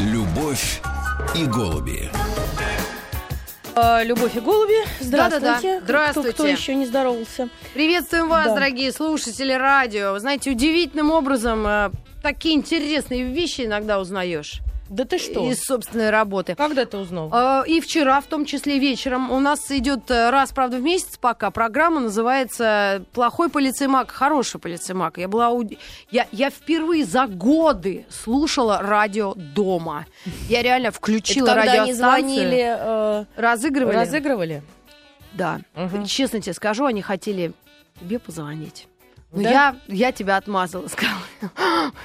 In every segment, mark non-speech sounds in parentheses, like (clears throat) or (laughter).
Любовь и голуби. А, Любовь и голуби. Здравствуйте. Да-да-да. Кто- Здравствуйте. Кто, еще не здоровался? Приветствуем вас, Да. дорогие слушатели радио. Вы знаете, удивительным образом э, такие интересные вещи иногда узнаешь Да ты что? из собственной работы. Когда ты узнал? Э, И вчера, в том числе вечером, у нас идет э, раз, правда, в месяц пока программа называется «Плохой полицеймак, хороший полицеймак». Я была... у- Я, я впервые за годы слушала радио дома. Я реально включила Это когда они радиостанцию. звонили, э, Разыгрывали? разыгрывали? Да. Мгм. Честно тебе скажу, они хотели тебе позвонить. Но Да? я, я тебя отмазала, (laughs) сказала.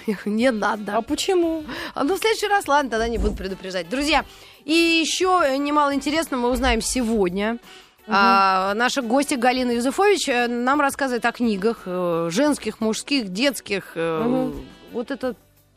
Я говорю, Не надо. А почему? А, Ну, в следующий раз, ладно, тогда не буду предупреждать. Друзья, и еще э, немало интересного мы узнаем сегодня. А, наша гостья Галина Юзефович э, нам рассказывает о книгах э, женских, мужских, детских. э, Мгм. Вот это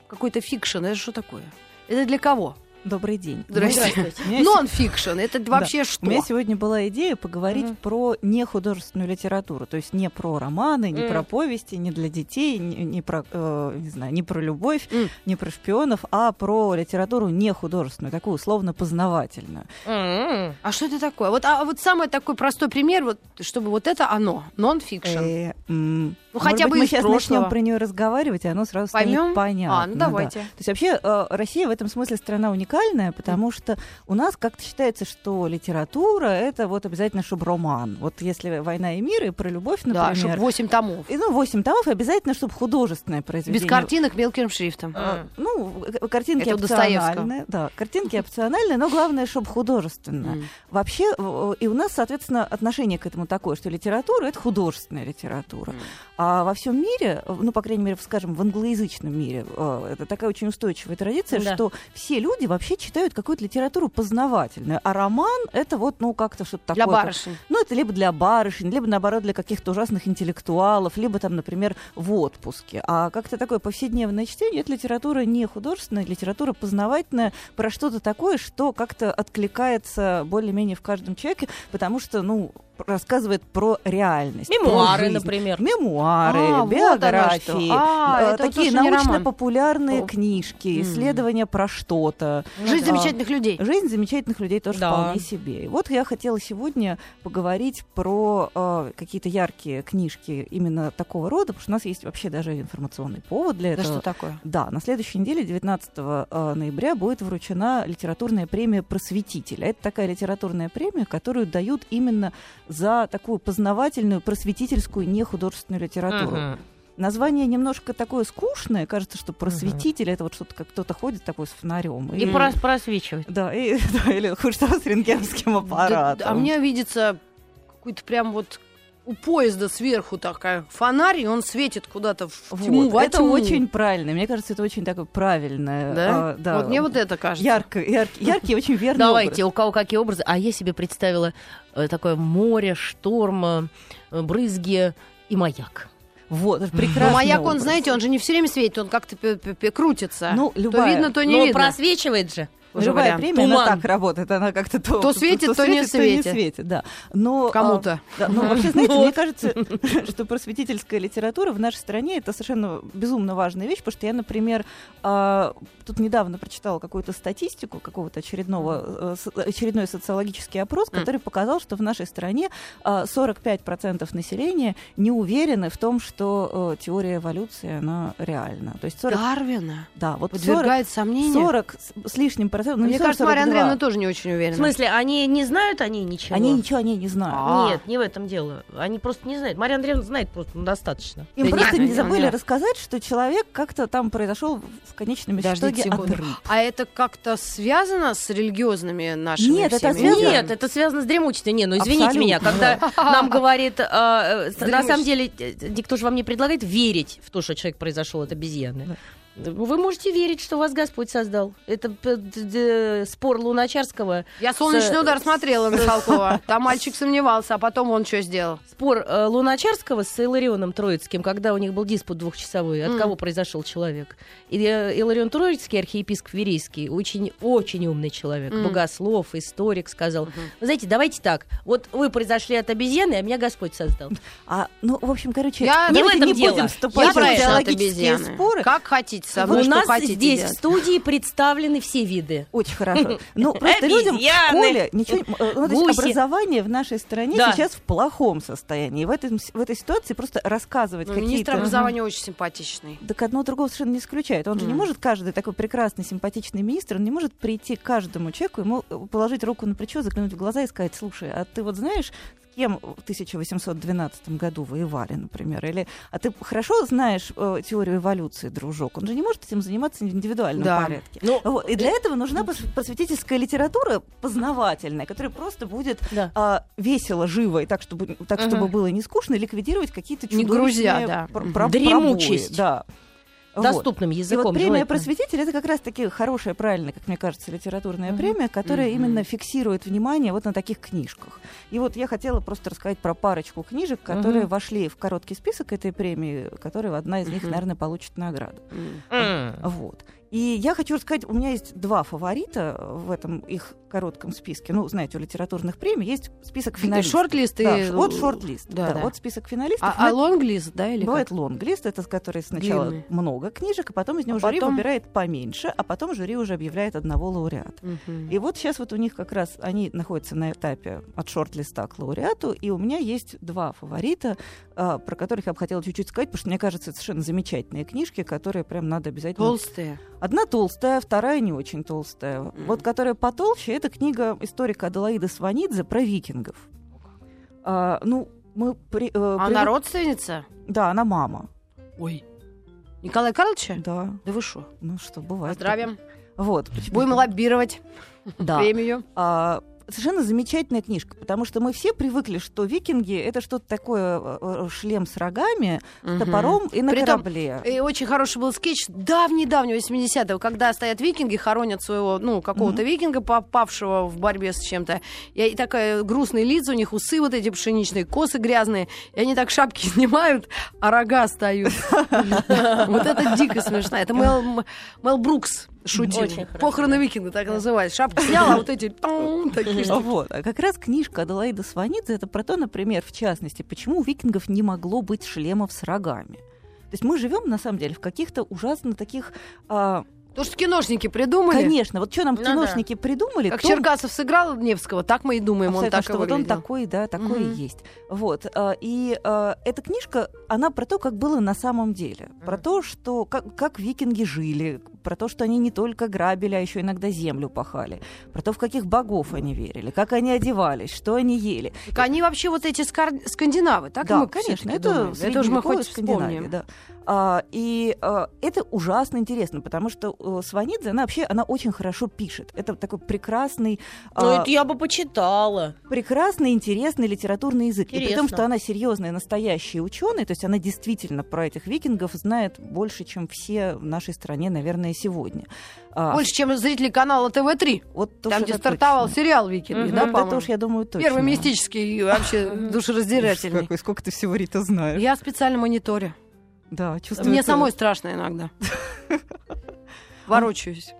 какой-то фикшн. Это что такое? Это для кого? Добрый день. Здрасте. У меня се- Нон-фикшн. Это вообще У меня что? сегодня была идея поговорить Мгм. про нехудожественную литературу, то есть не про романы, не М. про повести, не для детей, не, не про, э, не знаю, не про любовь, М. не про шпионов, а про литературу нехудожественную, такую условно-познавательную. М-м. А что это такое? Вот, а вот самый такой простой пример, вот, чтобы вот это оно, нон-фикшн. Э, м, Ну, может хотя быть, бы мы из сейчас прошлого. начнем про нее разговаривать, и оно сразу Поймем? станет понятно. А, ну да. давайте. То есть вообще э, Россия в этом смысле страна уникальная, потому что у нас как-то считается, что литература это вот обязательно шуб-роман. Вот если «Война и мир» и про любовь, Да, чтобы например. 8 томов. и, ну, 8 томов, и обязательно, чтобы художественное произведение. Без картинок мелким шрифтом. Э, Ну, к- картинки Это у Достоевского. опциональные. Да, картинки опциональные, но главное, чтобы художественное. М. Вообще, э, и у нас, соответственно, отношение к этому такое, что литература — это художественная литература. М. А во всем мире, э, ну, по крайней мере, в, скажем, в англоязычном мире, э, это такая очень устойчивая традиция, Да. что все люди вообще читают какую-то литературу познавательную, а роман — это вот, ну, как-то что-то такое. Для барышень. Ну, это либо для барышень, либо, наоборот, для каких-то ужасных интеллектуалов, либо там, например, в отпуске. А как-то такое повседневное чтение — это литература не художественная, литература познавательная про что-то такое, что как-то откликается более-менее в каждом человеке, потому что, ну, рассказывает про реальность. про Мемуары, жизнь. например. Мемуары, А, вот оно биографии, что. А, э, это вот такие тоже не роман. научно-популярные О. книжки, М. исследования про что-то. Жизнь Ну да. замечательных людей. Жизнь замечательных людей тоже Да. вполне себе. И вот я хотела сегодня поговорить про э, какие-то яркие книжки именно такого рода, потому что у нас есть вообще даже информационный повод для Да этого. что такое? Да, на следующей неделе, 19 э, ноября, будет вручена литературная премия «Просветителя». Это такая литературная премия, которую дают именно за такую познавательную, просветительскую, нехудожественную литературу. Мгм. Название немножко такое скучное, кажется, что «Просветитель» — это вот что-то, как кто-то ходит такой с фонарем. И Или- прос- просвечивать. (laughs) Да, и, да, или хуже того, с рентгеновским аппаратом. Да, а мне видится какой-то прям вот у поезда сверху такая фонарь, и он светит куда-то в Вот, тьму, во это тьму. очень правильно. Мне кажется, это очень такое правильное. Да? а, да. Вот мне вот это кажется. Ярко, яркий, яркий, очень верный Давайте, у кого какие образы. А я себе представила э, такое море, шторм, э, брызги и маяк. образ. Вот, это прекрасный Но Ну, маяк, он, образ. знаете, он же не все время светит, он как-то пе- пе- пе- крутится. Ну, То любая- видно, то не Но он видно. просвечивает же. Ну, Уже Любая вариант. премия, она Туман. так работает, она как-то то, То светит, то не светит. да. Но, а, Кому-то. да, ну, вообще, знаете, Ну мне кажется, (laughs) что просветительская литература в нашей стране это совершенно безумно важная вещь, потому что я, например, а, тут недавно прочитала какую-то статистику какого-то очередного, э, со- очередной социологический опрос, Мгм. который показал, что в нашей стране а, 45% населения не уверены в том, что э, теория эволюции, она реальна. То есть 40, Дарвина да, вот 40, подвергает сомнению. 40 с- с лишним процентов, ну, не Мне кажется, 40, Мария 42. Андреевна тоже не очень уверена. В смысле, они не знают о ней ничего? Они ничего о ней не знают. А. Нет, не в этом дело. Они просто не знают. Мария Андреевна знает просто ну, достаточно. Им Да просто нет, не нет, забыли нет. рассказать, что человек как-то там произошел в конечном Подождите итоге секунду. отрыв. А это как-то связано с религиозными нашими Нет, это всеми? связано- Нет, это связано с дремучестью. Не, ну извините Абсолютно. меня, когда (laughs) нам говорит, э, э, С на самом деле, э, никто же вам не предлагает верить в то, что человек произошел от обезьяны. Вы можете верить, что вас Господь создал. Это п- д- д- спор Луначарского, Я «Солнечный С- удар» смотрела Михалкова. Там мальчик сомневался, а потом он что сделал? спор э, Луначарского с Иларионом Троицким, когда у них был диспут двухчасовой, от Мгм. кого произошел человек. И э, Иларион Троицкий, архиепископ Верейский, очень-очень умный человек, Мгм. богослов, историк, сказал, вы знаете, давайте так, вот вы произошли от обезьяны, а меня Господь создал. А, ну, в общем, короче, Я- давайте Не в этом не дело. будем Я вступать в произошла от идеологические обезьяны. споры. Как хотите. делайте со мной, У что нас хотите. здесь делать. в студии представлены все виды. Очень хорошо. Ну, просто людям в Обезьяны. школе ничего... не- э, ну, то есть Гуси. образование в нашей стране Да. сейчас в плохом состоянии. И В, этом, с- в этой ситуации просто рассказывать Ну, какие-то... Министр образования очень симпатичный. Так одно другого совершенно не исключает. Он же не Мгм. может, каждый такой прекрасный, симпатичный министр, он не может прийти к каждому человеку, ему э, положить руку на плечо, заглянуть в глаза и сказать, слушай, а ты вот знаешь, с кем в 1812 году воевали, например, или а ты хорошо знаешь э, теорию эволюции, дружок? Он же не может этим заниматься в индивидуальном Да. Э, порядке. Ну, Вот, И для этого нужна прос- просветительская литература познавательная, которая просто будет да. а, весело, живо и так, чтобы, так, Мгм. чтобы было не скучно, ликвидировать какие-то Не чудовищные грузя, да. пр- Мгм. пр- Дремучесть. пробои, Да. Вот. Доступным И языком. вот премия желательно. просветитель это как раз-таки хорошая, правильная, как мне кажется, литературная Мгм. премия, которая Мгм. именно фиксирует внимание вот на таких книжках. И вот я хотела просто рассказать про парочку книжек, которые Мгм. вошли в короткий список этой премии, которые одна из них, Мгм. наверное, получит награду. М. М. Вот. И я хочу рассказать, у меня есть два фаворита в этом их коротком списке. Ну, знаете, у литературных премий есть список Ты финалистов. шорт-лист и... Да, ш- вот шорт-лист. Да, Да, да. Вот список финалистов. А, а Но лонг-лист, да, или Бывает как? лонглист, это с которой сначала Длинный. много книжек, а потом из него А жюри потом- выбирает поменьше, а потом жюри уже объявляет одного лауреата. Мгм. И вот сейчас вот у них как раз они находятся на этапе от шорт-листа к лауреату, и у меня есть два фаворита, а, про которых я бы хотела чуть-чуть сказать, потому что мне кажется, это совершенно замечательные книжки, которые прям надо обязательно... Толстые. Одна толстая, вторая не очень толстая. Вот которая потолще, это книга историка Аделаида Сванидзе про викингов. А, ну, мы... При, э, Она привык- родственница? Да, она мама. А Ой. Николая Карловича? Да, Да вы что? ну что, бывает. Поздравим. Вот. Будем лоббировать Да. премию. А, совершенно замечательная книжка, потому что мы все привыкли, что викинги — это что-то такое, э, э, шлем с рогами, с Мгм. топором и на Притом- корабле. И очень хороший был скетч давний-давнего 80-го, когда стоят викинги, хоронят своего, ну, какого-то викинга, попавшего в борьбе с чем-то. И, и такая грустные лица, у них усы вот эти пшеничные, косы грязные. И они так шапки (laughs) снимают, а рога (laughs) остаются. Вот это дико смешно. Это Мел М- Мел Брукс шутил. Очень хорошо, Похороны викинга так называют. Шапку снял, а вот эти тон, такие. А Вот. А как раз книжка Аделаида Сванидзе это про то, например, в частности, почему у викингов не могло быть шлемов с рогами. То есть мы живем, на самом деле, в каких-то ужасно таких... а, То, что киношники придумали. конечно, вот что нам Ну да. киношники придумали, Как то Черкасов сыграл Невского, так мы и думаем, он Абсолютно, так и что вот он выглядел. такой, да, такой Мгм. и есть. Вот. а, И а, эта книжка, она про то, как было на самом деле. Про Мгм. то, что как, как викинги жили, про то, что они не только грабили, а еще иногда землю пахали, про то, в каких богов они верили, как они одевались, что они ели. Так они вообще вот эти скар- скандинавы, так да, мы конечно, всё-таки это, думаем. это уж мы средневековье хоть в Скандинавии, вспомним. Да. А, и а, это ужасно интересно, потому что э, Сванидзе, она вообще, она очень хорошо пишет. Это такой прекрасный... Ну, а, это я бы почитала. прекрасный, интересный литературный язык. И при том, Интересно. что она серьезная, настоящая ученая, то есть она действительно про этих викингов знает больше, чем все в нашей стране, наверное, сегодня. А, Больше, чем зрители канала ТВ-3, вот то, там, что где это стартовал точно. сериал «Викинги», Мгм. да, Вот это по-моему? уж, я думаю, точно. Первый мистический и (laughs) вообще Ужас душераздирательный. какой, сколько ты всего, Рита, знаешь. Я специально мониторю. Да, чувствую. Мне твою- самой страшно (laughs) иногда. Ворочаюсь.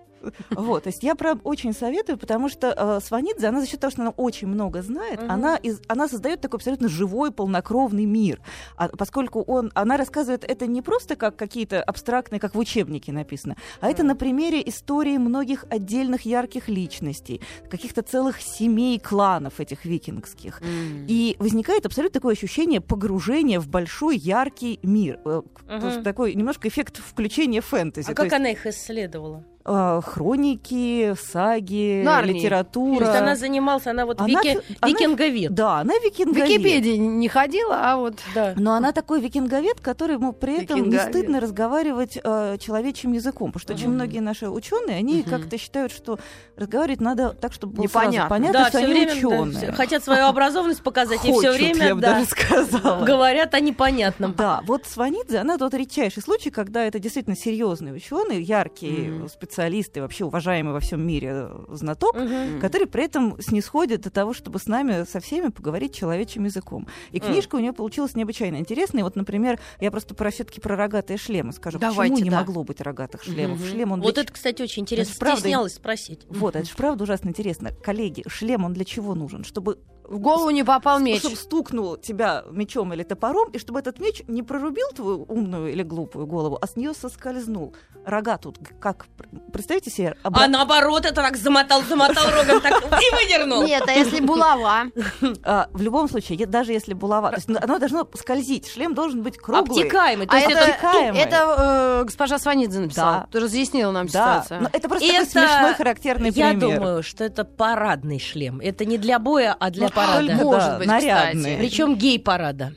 Вот, то есть я прям очень советую, потому что э, Сванидзе, она за счет того, что она очень много знает, Мгм. она, из- она создает такой абсолютно живой, полнокровный мир. А поскольку он, она рассказывает это не просто как какие-то абстрактные, как в учебнике написано, а это Мгм. на примере истории многих отдельных ярких личностей, каких-то целых семей, кланов этих викингских. И возникает абсолютно такое ощущение погружения в большой яркий мир. Э, потому что Такой немножко эффект включения фэнтези. А То как есть, она их исследовала? э, хроники, саги, Нарнии. То есть литература. она занималась, она вот Она вики- фи- она- викинговед. Да, она В викинговед. Википедии не ходила, а вот... Да. Но она такой викинговед, которому при этом Викинговед. не стыдно разговаривать э, человечьим языком. Потому что очень Мгм. многие наши ученые, они Мгм. как-то считают, что разговаривать надо так, чтобы было Непонятно. сразу понятно, Да, что всё они время, да, ученые. всё- хотят свою образованность показать, и все Хочут, время я бы да, даже сказала. говорят о непонятном. Да, вот Сванидзе, она тот редчайший случай, когда это действительно серьезные ученые, яркие Мгм. специалисты, вообще уважаемый во всем мире э, знаток, Мгм. который при этом снисходит до того, чтобы с нами со всеми поговорить человечьим языком. И Мгм. книжка у нее получилась необычайно интересная. И Вот, например, я просто про все-таки про рогатые шлемы скажу. Давайте, Почему не да. могло быть рогатых шлемов? Мгм. Шлем он Вот для это, кстати, очень интересно. Это правда- Стеснялась спросить. вот, это же правда ужасно интересно. Коллеги, шлем, он для чего нужен? Чтобы В голову не попал меч. чтобы стукнул тебя мечом или топором, и чтобы этот меч не прорубил твою умную или глупую голову, а с нее соскользнул. Рога тут г- как? пр- Представьте себе, обра- А наоборот, это рак замотал, замотал рогом так и выдернул. Нет, а если булава? а, в любом случае, е- даже если булава, то есть ну, оно должно скользить, шлем должен быть круглый. Обтекаемый. То А есть это это, обтекаемый. это, э, госпожа Сванидзе написала. Да. Ты разъяснила нам Да, Ну, ситуацию. но это просто Это- такой смешной характерный Я пример. думаю, что это парадный шлем. Это не для боя, а для Ну, парада. только Может да, быть, нарядные. кстати. Причем гей-парада.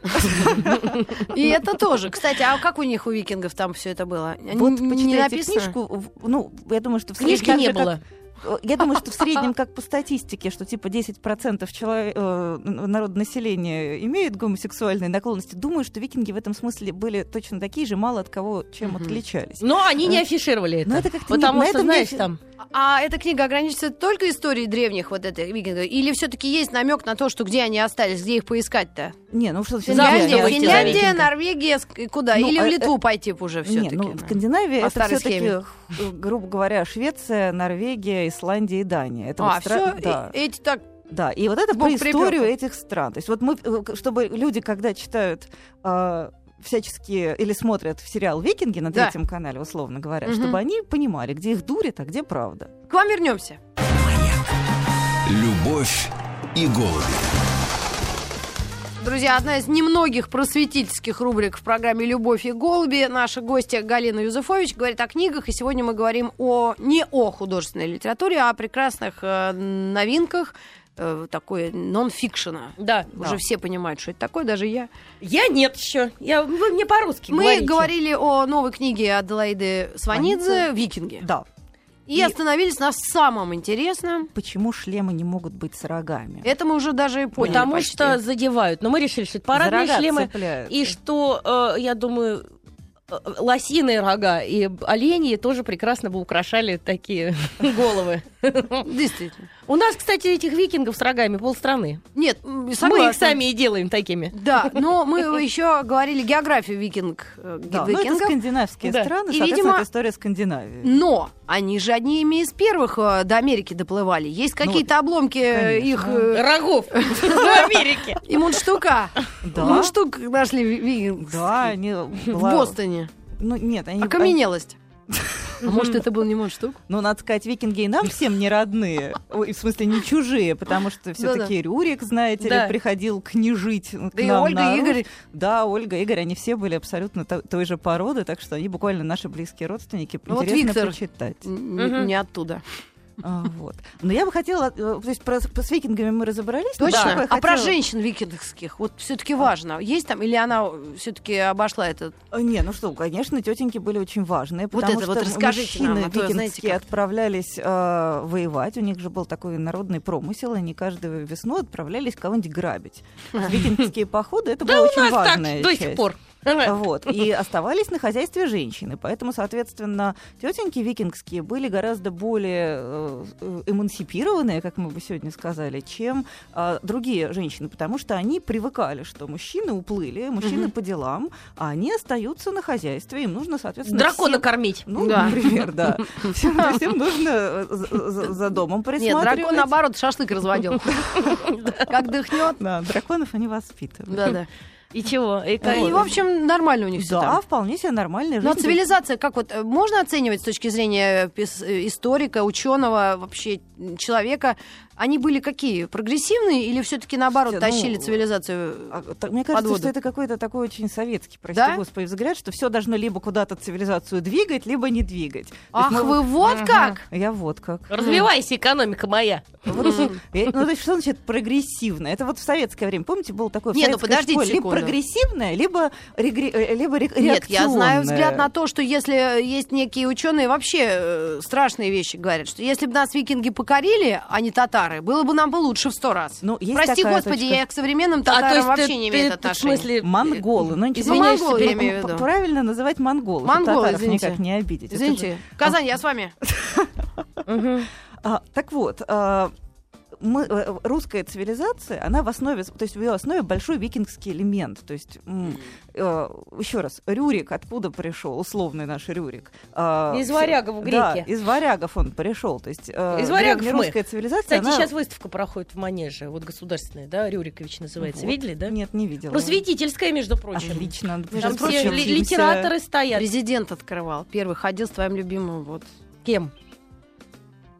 И это тоже. Кстати, а как у них, у викингов там все это было? Н- Вот не почитайте написано? книжку. в- Ну, я думаю, что в среднем Книжки так не же, как- было. Э, Я думаю, что в среднем, как по статистике, что типа 10% человек, э, народа населения имеют гомосексуальные наклонности, думаю, что викинги в этом смысле были точно такие же, мало от кого чем Мгм. отличались. Но они не афишировали Но это. Ну, это как-то не- Потому на что, этом не- знаешь, там... А эта книга ограничивается только историей древних вот этой викингов? Или все-таки есть намек на то, что где они остались, где их поискать-то? Не, ну что, Финляндия, выйти Финляндия, за Финляндия- Финляндия, викинга. Норвегия, ск- и куда? Ну, Или в а, э, Литву пойти уже Не, все-таки? ну, Скандинавия По это старой все-таки, схеме. грубо говоря, Швеция, Норвегия, Исландия и Дания. Это вот а, стра- все, да. эти так... Да, и вот это Бог про припёр. историю этих стран. То есть вот мы, э, к- чтобы люди, когда читают а, всяческие или смотрят сериал «Викинги» на Да. третьем канале, условно говоря, Мгм. чтобы они понимали, где их дурят, а где правда. К вам вернемся. Любовь и голуби. Друзья, одна из немногих просветительских рубрик в программе «Любовь и голуби». Наша гостья Галина Юзефович говорит о книгах, и сегодня мы говорим о не о художественной литературе, а о прекрасных э, новинках э, такой нон-фикшена. Да. Уже все понимают, что это такое, даже я. Я нет еще. Я, вы мне по-русски Мы говорите. говорили о новой книге Аделаиды Сванидзе Сванидзе. «Викинги». Да. И остановились на самом интересном. Почему шлемы не могут быть с рогами? Это мы уже даже и поняли Потому почти. что задевают. Но мы решили, что это За парадные рога шлемы. цепляются. И что, э, я думаю, э, лосиные рога и оленьи тоже прекрасно бы украшали такие (laughs) головы. Ну, Действительно. У нас, кстати, этих викингов с рогами полстраны. Нет, м, Мы их согласна. сами и делаем такими. Да, но мы еще говорили географию викинг, э, Да, ну, это викингов. скандинавские Да. страны, И, соответственно, видимо, это история Скандинавии. Но они же одними из первых э, до Америки доплывали. Есть Ну, какие-то обломки э, их э, Рогов (laughs) в Америке. иммунштука. Да. Иммунштук нашли ви- викинг Да, они ну, в была- Бостоне. Ну нет, они Окаменелость. А Может, это был не иммунштук? Ну, надо сказать, викинги и нам всем не родные. Ой, в смысле, не чужие, потому Ну что все-таки Рюрик, знаете Да. ли, приходил княжить ну, к Да и нам Ольга, на и Русь. Игорь. Да, Ольга, Игорь, они все были абсолютно то- той же породы, так что они буквально наши близкие родственники. Ну вот Интересно Виктор. почитать. Н- Мгм. н- Не оттуда. А, вот. Но я бы хотела... э, То есть про, про- с викингами мы разобрались. но я бы Точно? А про хотела- женщин викингских вот все-таки важно. Есть там или она все-таки обошла этот? Э, Не, ну что, конечно, тетеньки были очень важные, Вот потому это что вот расскажите нам, мужчины а то, знаете, викингские как-то. отправлялись э, воевать, у них же был такой народный промысел, и они каждую весну отправлялись (laughs) кого-нибудь грабить. Викингские походы, это Ну, было Да у очень нас так важная до сих часть. пор. Вот. И оставались на хозяйстве женщины. Поэтому, соответственно, тетеньки викингские были гораздо более э, э, эмансипированные, как мы бы сегодня сказали, чем э, другие женщины, потому что они привыкали, что мужчины уплыли, мужчины Мгм. по делам, а они остаются на хозяйстве, им нужно, соответственно, Дракона всем- кормить. ну, Да. (laughs) например, да. Всем, всем нужно э, за, за- за домом Нет, присматривать. дракон наоборот шашлык (laughs) разводил. Как дыхнет. Да, драконов они воспитывают. Да-да. И чего? И как- Ну И, Ну, в общем, нормально у них все Да, вполне себе нормальная Но жизнь. цивилизация, как вот э, можно оценивать с точки зрения пис- э, историка, ученого, вообще м, человека, они были какие? Прогрессивные или все-таки наоборот Слушайте, ну, тащили цивилизацию? А, так, Мне кажется, подводу. что это какой-то такой очень советский, прости Да? господи, взгляд, что все должно либо куда-то цивилизацию двигать, либо не двигать. То есть Ах, мы вы вот как! ну, вот- Я вот как. Развивайся, экономика моя. Вот, я- ну, то есть, что значит прогрессивно? Это вот в советское время. Помните, было такое в Не, ну, советской подождите школе, либо секунду. прогрессивное, либо, регре- э, либо ре- Нет, я знаю реакционное. взгляд на то, что если э, есть некие ученые, вообще э, страшные вещи говорят, что если бы нас викинги покорили, а не татары, было бы нам бы лучше в сто раз. Ну, есть Прости, такая господи, точка. А, я к современным татарам вообще А, ты- не ты- имею ты в отношения. смысле... Монголы. Ну, ничего. Извиняюсь, Монголы, я ну, имею в виду. Правильно называть монголы. чтобы Монголы, татаров извините. никак не обидеть. Это же- Извините, Казань, я с вами. Мгм. А, так вот, а, мы, э, русская цивилизация, она в основе, то есть в ее основе большой викингский элемент. То есть, м, э, еще раз, Рюрик откуда пришел, условный наш Рюрик? Э, Из варягов, греки. Да, из варягов он пришел. То есть, э, Из варягов мы. русская цивилизация, Кстати, она- сейчас выставка проходит в Манеже, вот государственная, да, Рюрикович называется. Вот. Видели, да? Нет, не видела. Просветительская, между прочим. Отлично. надо Там прочим, все ли- увидимся. литераторы стоят. Президент открывал. Первый ходил с твоим любимым. Вот. Кем?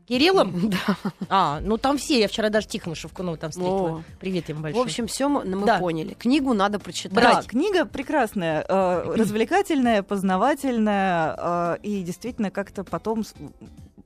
Кириллом? (laughs) Да. А, ну там все. Я вчера даже Тихона Шевкунова там встретила. О. Привет им В большой. общем, все мы, мы Да. поняли. Книгу надо прочитать. Брать. Да, книга прекрасная, э, развлекательная, познавательная э, и действительно как-то потом... с-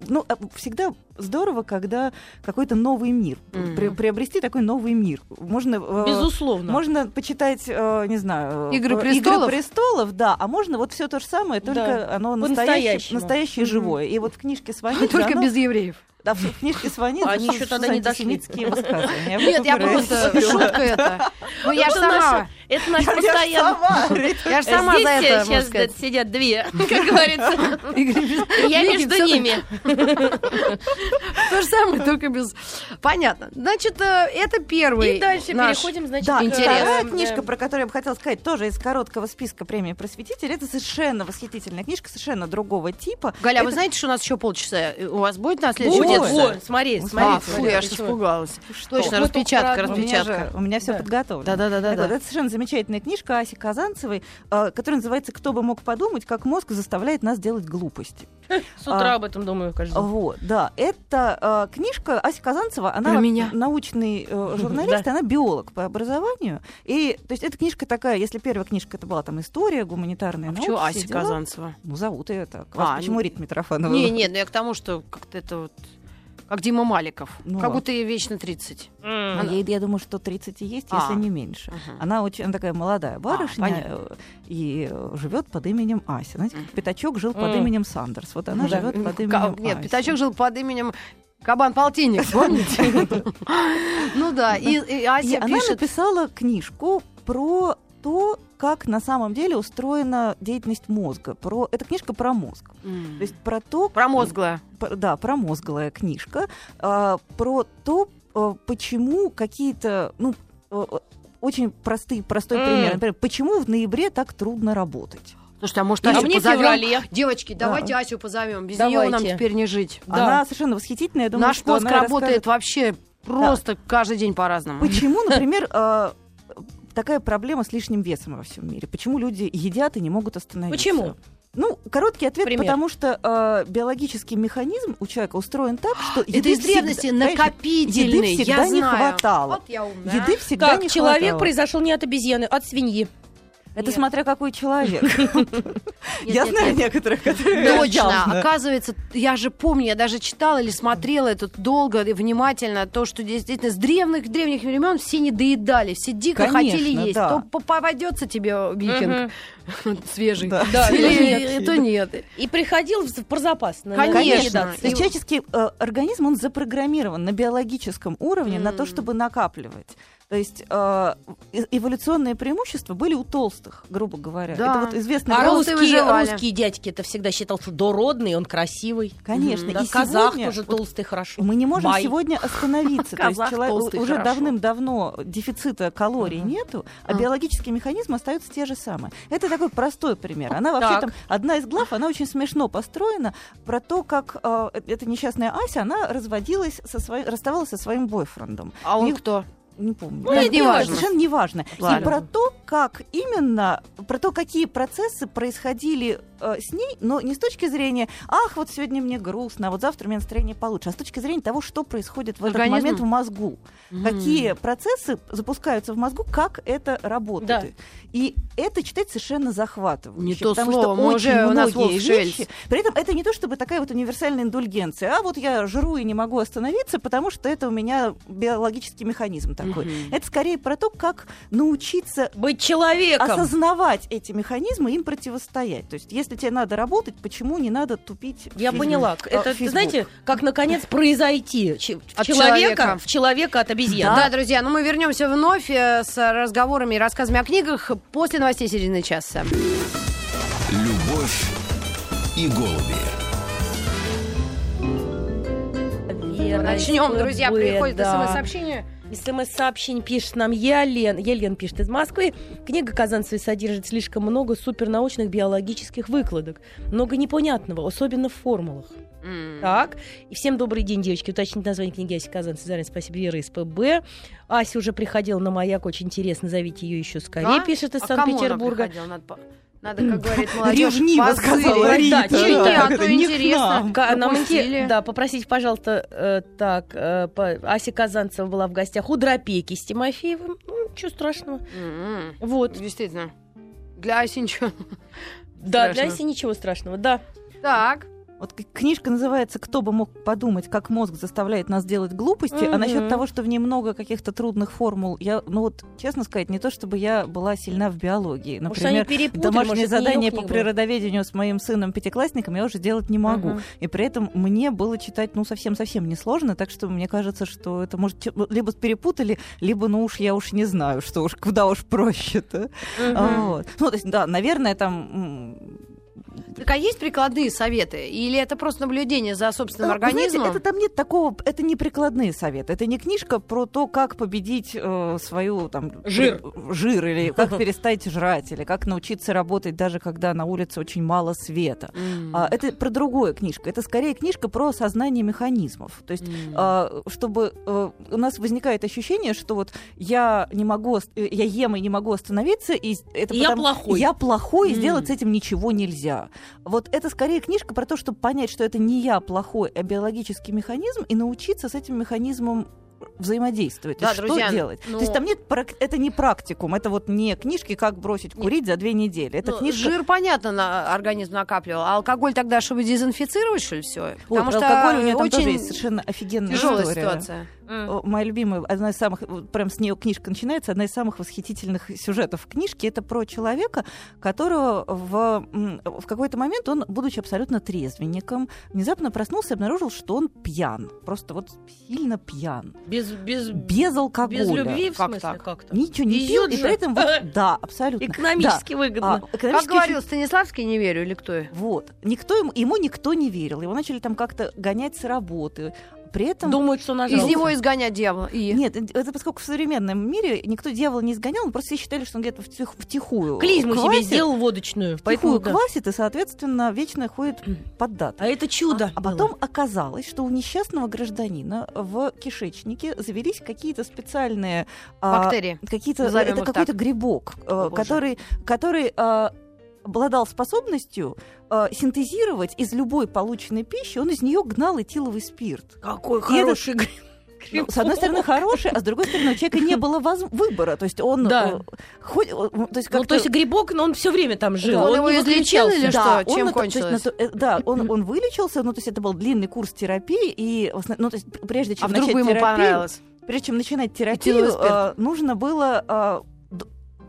Ну, э, всегда здорово, когда какой-то новый мир, Мгм. пре- приобрести такой новый мир. Можно... э, Безусловно. Можно почитать, э, не знаю, э, «Игры престолов»? престолов», да, а можно вот все то же самое, только оно настоящее, По-настоящему. настоящее и живое. И вот в книжке Сванидзе Только оно- без евреев. (laughs) да, в книжке Сванидзе Они там ещё тогда не дошли. антисемитские высказывания. Нет, я потом просто (laughs) расскажу. шутка это. Ну я же Это наша- сама. Это наш Я ж постоянно... сама, Я же сама за Здесь это, можно сейчас сказать. сидят две, (laughs) как говорится. И Я между ними. То же самое, только без... Понятно. Значит, э, это первый И дальше наш- переходим, значит, Да, к э, вторая интересам. книжка, Да. про которую я бы хотела сказать, тоже из короткого списка премии «Просветитель». Это совершенно восхитительная книжка, совершенно другого типа. Галя, а вы Это- знаете, что у нас еще полчаса? И У вас будет на следующий Будет, Ой. вот, смотри, Ну, смотри. А, фу, смотри, я ты аж чего? испугалась. Что? Точно, Мы распечатка, только Ну, У меня, же, распечатка. у меня все Да. подготовлено. Да-да-да-да-да. Так вот, это совершенно замечательная книжка Аси Казанцевой, э, которая называется «Кто бы мог подумать, как мозг заставляет нас делать глупости». С утра А. об этом думаю каждый день. Вот, да. Это э, книжка Ася Казанцева, она Про меня. научный э, журналист, она биолог по образованию. И, то есть, эта книжка такая, если первая книжка это была там история, гуманитарная наука, Чего все Ася дела. Казанцева? Ну, зовут ее так. Вас А, почему не- Рит Митрофанова? Не, нет, ну я к тому, что как-то это вот... Как Дима Маликов. Ну как ладно. будто ей вечно 30. М. А Ей, я думаю, что 30 и есть, А. если не меньше. Ага. Она очень она такая молодая барышня понятно. э, и живет под именем Ася. Знаете, как Пятачок жил под М. именем Сандерс. Вот она Да. живет под Ка- именем Нет, Ася. Пятачок жил под именем Кабан Полтинник, помните? Ну да, и- и И Ася она пишет... написала книжку про то, как на самом деле устроена деятельность мозга. Про... Это книжка про мозг. М. То есть про то, Промозглая. п- да, промозглая книжка, а, про то, э, почему какие-то, ну, э, очень простые, простой М. пример. Например, почему в ноябре так трудно работать? Слушайте, а может А Асю мне в позовем? феврале. Девочки, Да. давайте Асю позовем. Без Давайте. нее нам теперь не жить. Да. Она совершенно восхитительная. Я думаю, Наш что мозг она работает расскажет, вообще просто каждый день по-разному. Почему, например, э, такая проблема с лишним весом во всем мире? Почему люди едят и не могут остановиться? Почему? Ну, короткий ответ, Пример. потому что э, биологический механизм у человека устроен (gasps) так, что Это еды из всегда- древности конечно, накопительный. еды всегда я не знаю. хватало. Вот я умная. Еды всегда Так, не человек хватало. произошел не от обезьяны, от свиньи. Это Нет. смотря (laughs) какой человек. (laughs) Нет, Я нет, знаю нет. некоторых, которые Точно. явно. Оказывается, я же помню, я даже читала или смотрела это долго и внимательно, то, что действительно с древних древних времен все не доедали, все дико Конечно, хотели есть. да. То по- попадется тебе викинг (laughs) свежий, Да. Да, или то нет. то нет. И приходил в- про запас. на- на Конечно. медитацию. И человеческий э, организм, он запрограммирован на биологическом уровне на то, чтобы накапливать. То есть э, э- эволюционные преимущества были у толстых, грубо говоря. Да. Это вот известный А Народы выживали. русские, русские дядьки это всегда считал, что дородный, он красивый. Конечно. Да, И казах сегодня- тоже толстый, хорошо. Мы не можем Бай. сегодня (laughs) остановиться. То есть Казах чело- толстый, уже хорошо. давным-давно дефицита калорий Мгм. нету, а Мгм. биологические механизмы остаются те же самые. Это такой простой пример. Она вообще Так. там одна из глав, она очень смешно построена про то, как э, эта несчастная Ася, она разводилась со своим, расставалась со своим бойфрендом. А он Не- кто? Не помню. Ну, это не не важно. важно. Совершенно неважно. И Ладно. про то, как именно, про то, какие процессы происходили э, с ней, но не с точки зрения, ах, вот сегодня мне грустно, а вот завтра у меня настроение получше, а с точки зрения того, что происходит в этот Организм? момент в мозгу. Какие процессы запускаются в мозгу, как это работает. Да. И это читать совершенно захватывающе. Не то потому слово, что мы очень уже- у нас многие Вов Шельц. вещи... При этом это не то, чтобы такая вот универсальная индульгенция. А вот я жру и не могу остановиться, потому что это у меня биологический механизм такой. Мгм. Это скорее про то, как научиться Быть человеком. осознавать эти механизмы, им противостоять. То есть, если тебе надо работать, почему не надо тупить? Я Физм. поняла. А, Это, Фейсбук. знаете, как наконец произойти че- в От человека. человека, в человека от Да. обезьян. друзья, ну мы вернемся вновь э, с разговорами и рассказами о книгах после новостей середины часа. Любовь и голуби. Да. наверное. Начнем, СПБ, друзья. Приходит да. смс-сообщение. СМС-сообщение пишет нам Елен. Елен пишет из Москвы. Книга Казанцевой содержит слишком много супернаучных биологических выкладок. Много непонятного, особенно в формулах. М. Так. И всем добрый день, девочки. Уточнить название книги Аси Казанцевой. Заранее спасибо Вера из ПБ. Ася уже приходила на маяк. Очень интересно. Зовите ее еще скорее, Да? пишет из А кому она Санкт-Петербурга. приходила? Надо, по- надо, как говорит молодежь, Ревниво сказала Да, Рита. не, а Как то это, не к интересно. нам. Ка- нам Пропустили. инте- Да, попросить, пожалуйста, э, так, э, по- Ася Казанцева была в гостях у Дропейки с Тимофеевым. Ну, ничего страшного. М. Вот. Действительно. Для Аси ничего. Да, для Страшно. Аси ничего страшного, да. (laughs) Так. Вот к- книжка называется «Кто бы мог подумать, как мозг заставляет нас делать глупости», а Мгм. насчет того, что в ней много каких-то трудных формул, я, ну вот, честно сказать, не то чтобы я была сильна в биологии. Может, они Например, перепутали, домашнее может, это не задание её по книга была. природоведению с моим сыном пятиклассником я уже делать не могу. Мгм. И при этом мне было читать, ну, совсем-совсем несложно, так что мне кажется, что это, может, че- либо перепутали, либо, ну уж я уж не знаю, что уж, куда уж проще-то. А, вот. Ну, то есть, да, наверное, там... м, Так а есть прикладные советы? Или это просто наблюдение за собственным А, Э, Вы знаете, организмом? это там нет такого, это не прикладные советы, это не книжка про то, как победить э, свою там Жир. э, (laughs) жир или как перестать жрать или как научиться работать даже когда на улице очень мало света. М. А, это про другое книжка. Это скорее книжка про сознание механизмов. То есть М. а, чтобы э, у нас возникает ощущение, что вот я не могу, ост- э, я ем и не могу остановиться, и с- это И я потому- плохой. я плохой, и М. сделать с этим ничего нельзя. Вот это скорее книжка про то, чтобы понять, что это не я плохой, а биологический механизм, и научиться с этим механизмом взаимодействовать, То Да, есть что друзья, делать. ну- То есть там нет, прак- это не практикум, это вот не книжки, как бросить курить за две недели. Это Ну, книжка Жир, понятно, на организм накапливал. А алкоголь тогда, чтобы дезинфицировать, что ли, все? Ой, Потому про что алкоголь у нее там очень тоже есть совершенно офигенная тяжелая история. ситуация. О, Моя любимая, одна из самых, вот прям с нее книжка начинается, одна из самых восхитительных сюжетов книжки, это про человека, которого в, м, в какой-то момент он, будучи абсолютно трезвенником, внезапно проснулся и обнаружил, что он пьян, просто вот сильно пьян, Без, без, без алкоголя. без любви, в Как смысле, так? как-то. Ничего не Везёт пил, и же. при (laughs) этом вот, да, абсолютно. Экономически Да. А, выгодно. Как экономически очень говорил Станиславский, не верю, или кто? Вот. Никто ему, ему никто не верил. Его начали там как-то гонять с работы. При этом... Думают, что нажал. Из него изгонять дьявола. И... Нет, э, это поскольку в современном мире никто дьявола не изгонял, просто все считали, что он где-то втих- втихую Клизму себе квасит, сделал водочную. Втихую Поэтому, да. квасит и, соответственно, вечно ходит под дат. А это Ну чудо. А было. потом оказалось, что у несчастного гражданина в кишечнике завелись какие-то специальные а, Бактерии. какие-то Назовем это их какой-то так. грибок, э, О, боже. который, который э, обладал способностью э, синтезировать из любой полученной пищи, он из нее гнал этиловый спирт. Какой И этот- (laughs) хороший гри- Ну, с одной стороны, хороший, а с другой стороны, у человека не было воз- выбора. То есть он Да. э, хоть, э, ну, то есть Ну, как-то... то есть грибок, но он все время там жил. Он Он, его не излечил выключался. или что? да, Чем он, это- то есть, кончилось? на то- э, да, он, он вылечился, ну, то есть это был длинный курс терапии, и в основ- ну, то есть, пр- прежде чем А вдруг начать бы ему терапию, понравилось? прежде чем начинать Этиловый терапию, спирт. э, нужно было э, д-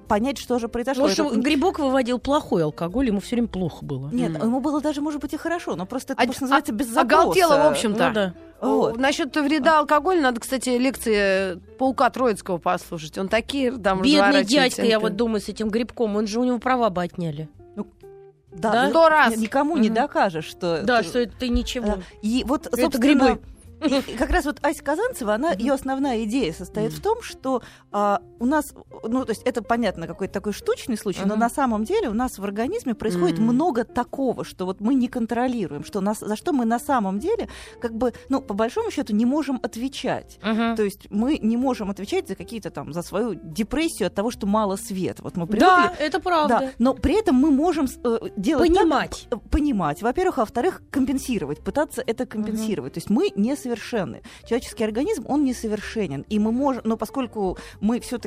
понять, что же произошло. Может, Это- его- грибок выводил плохой алкоголь, ему все время плохо было. Нет, М. ему было даже, может быть, и хорошо, но просто это, А- потому что называется, без запроса. Оголтело, в Ну общем-то. да. Вот. Насчет вреда алкоголя надо, кстати, лекции э, паука Троицкого послушать. Он такие там Бедный разворачивает дядька, я всякие. вот думаю, с этим грибком, он же у него права бы отняли. Да, Да? ну, Сто раз. Никому не Мгм. докажешь, что... Да, ты- что это ты ничего. Да. Э, И вот, Это собственно, грибы. и- и как раз вот Ася Казанцева, она, Мгм. ее основная идея состоит в том, что а, у нас, ну, то есть это, понятно, какой-то такой штучный случай, но Мгм. на самом деле у нас в организме происходит М. много такого, что вот мы не контролируем, что нас, за что мы на самом деле, как бы, ну, по большому счету, не можем отвечать. Мгм. То есть мы не можем отвечать за какие-то там, за свою депрессию от того, что мало света. Вот мы привыкли- Да, это Да, правда. но при этом мы можем с- э, делать так, Понимать. понимать, во-первых, а во-вторых, компенсировать, пытаться это компенсировать. То есть мы несовершенны. Человеческий организм, он несовершенен. И мы можем, но поскольку мы все-таки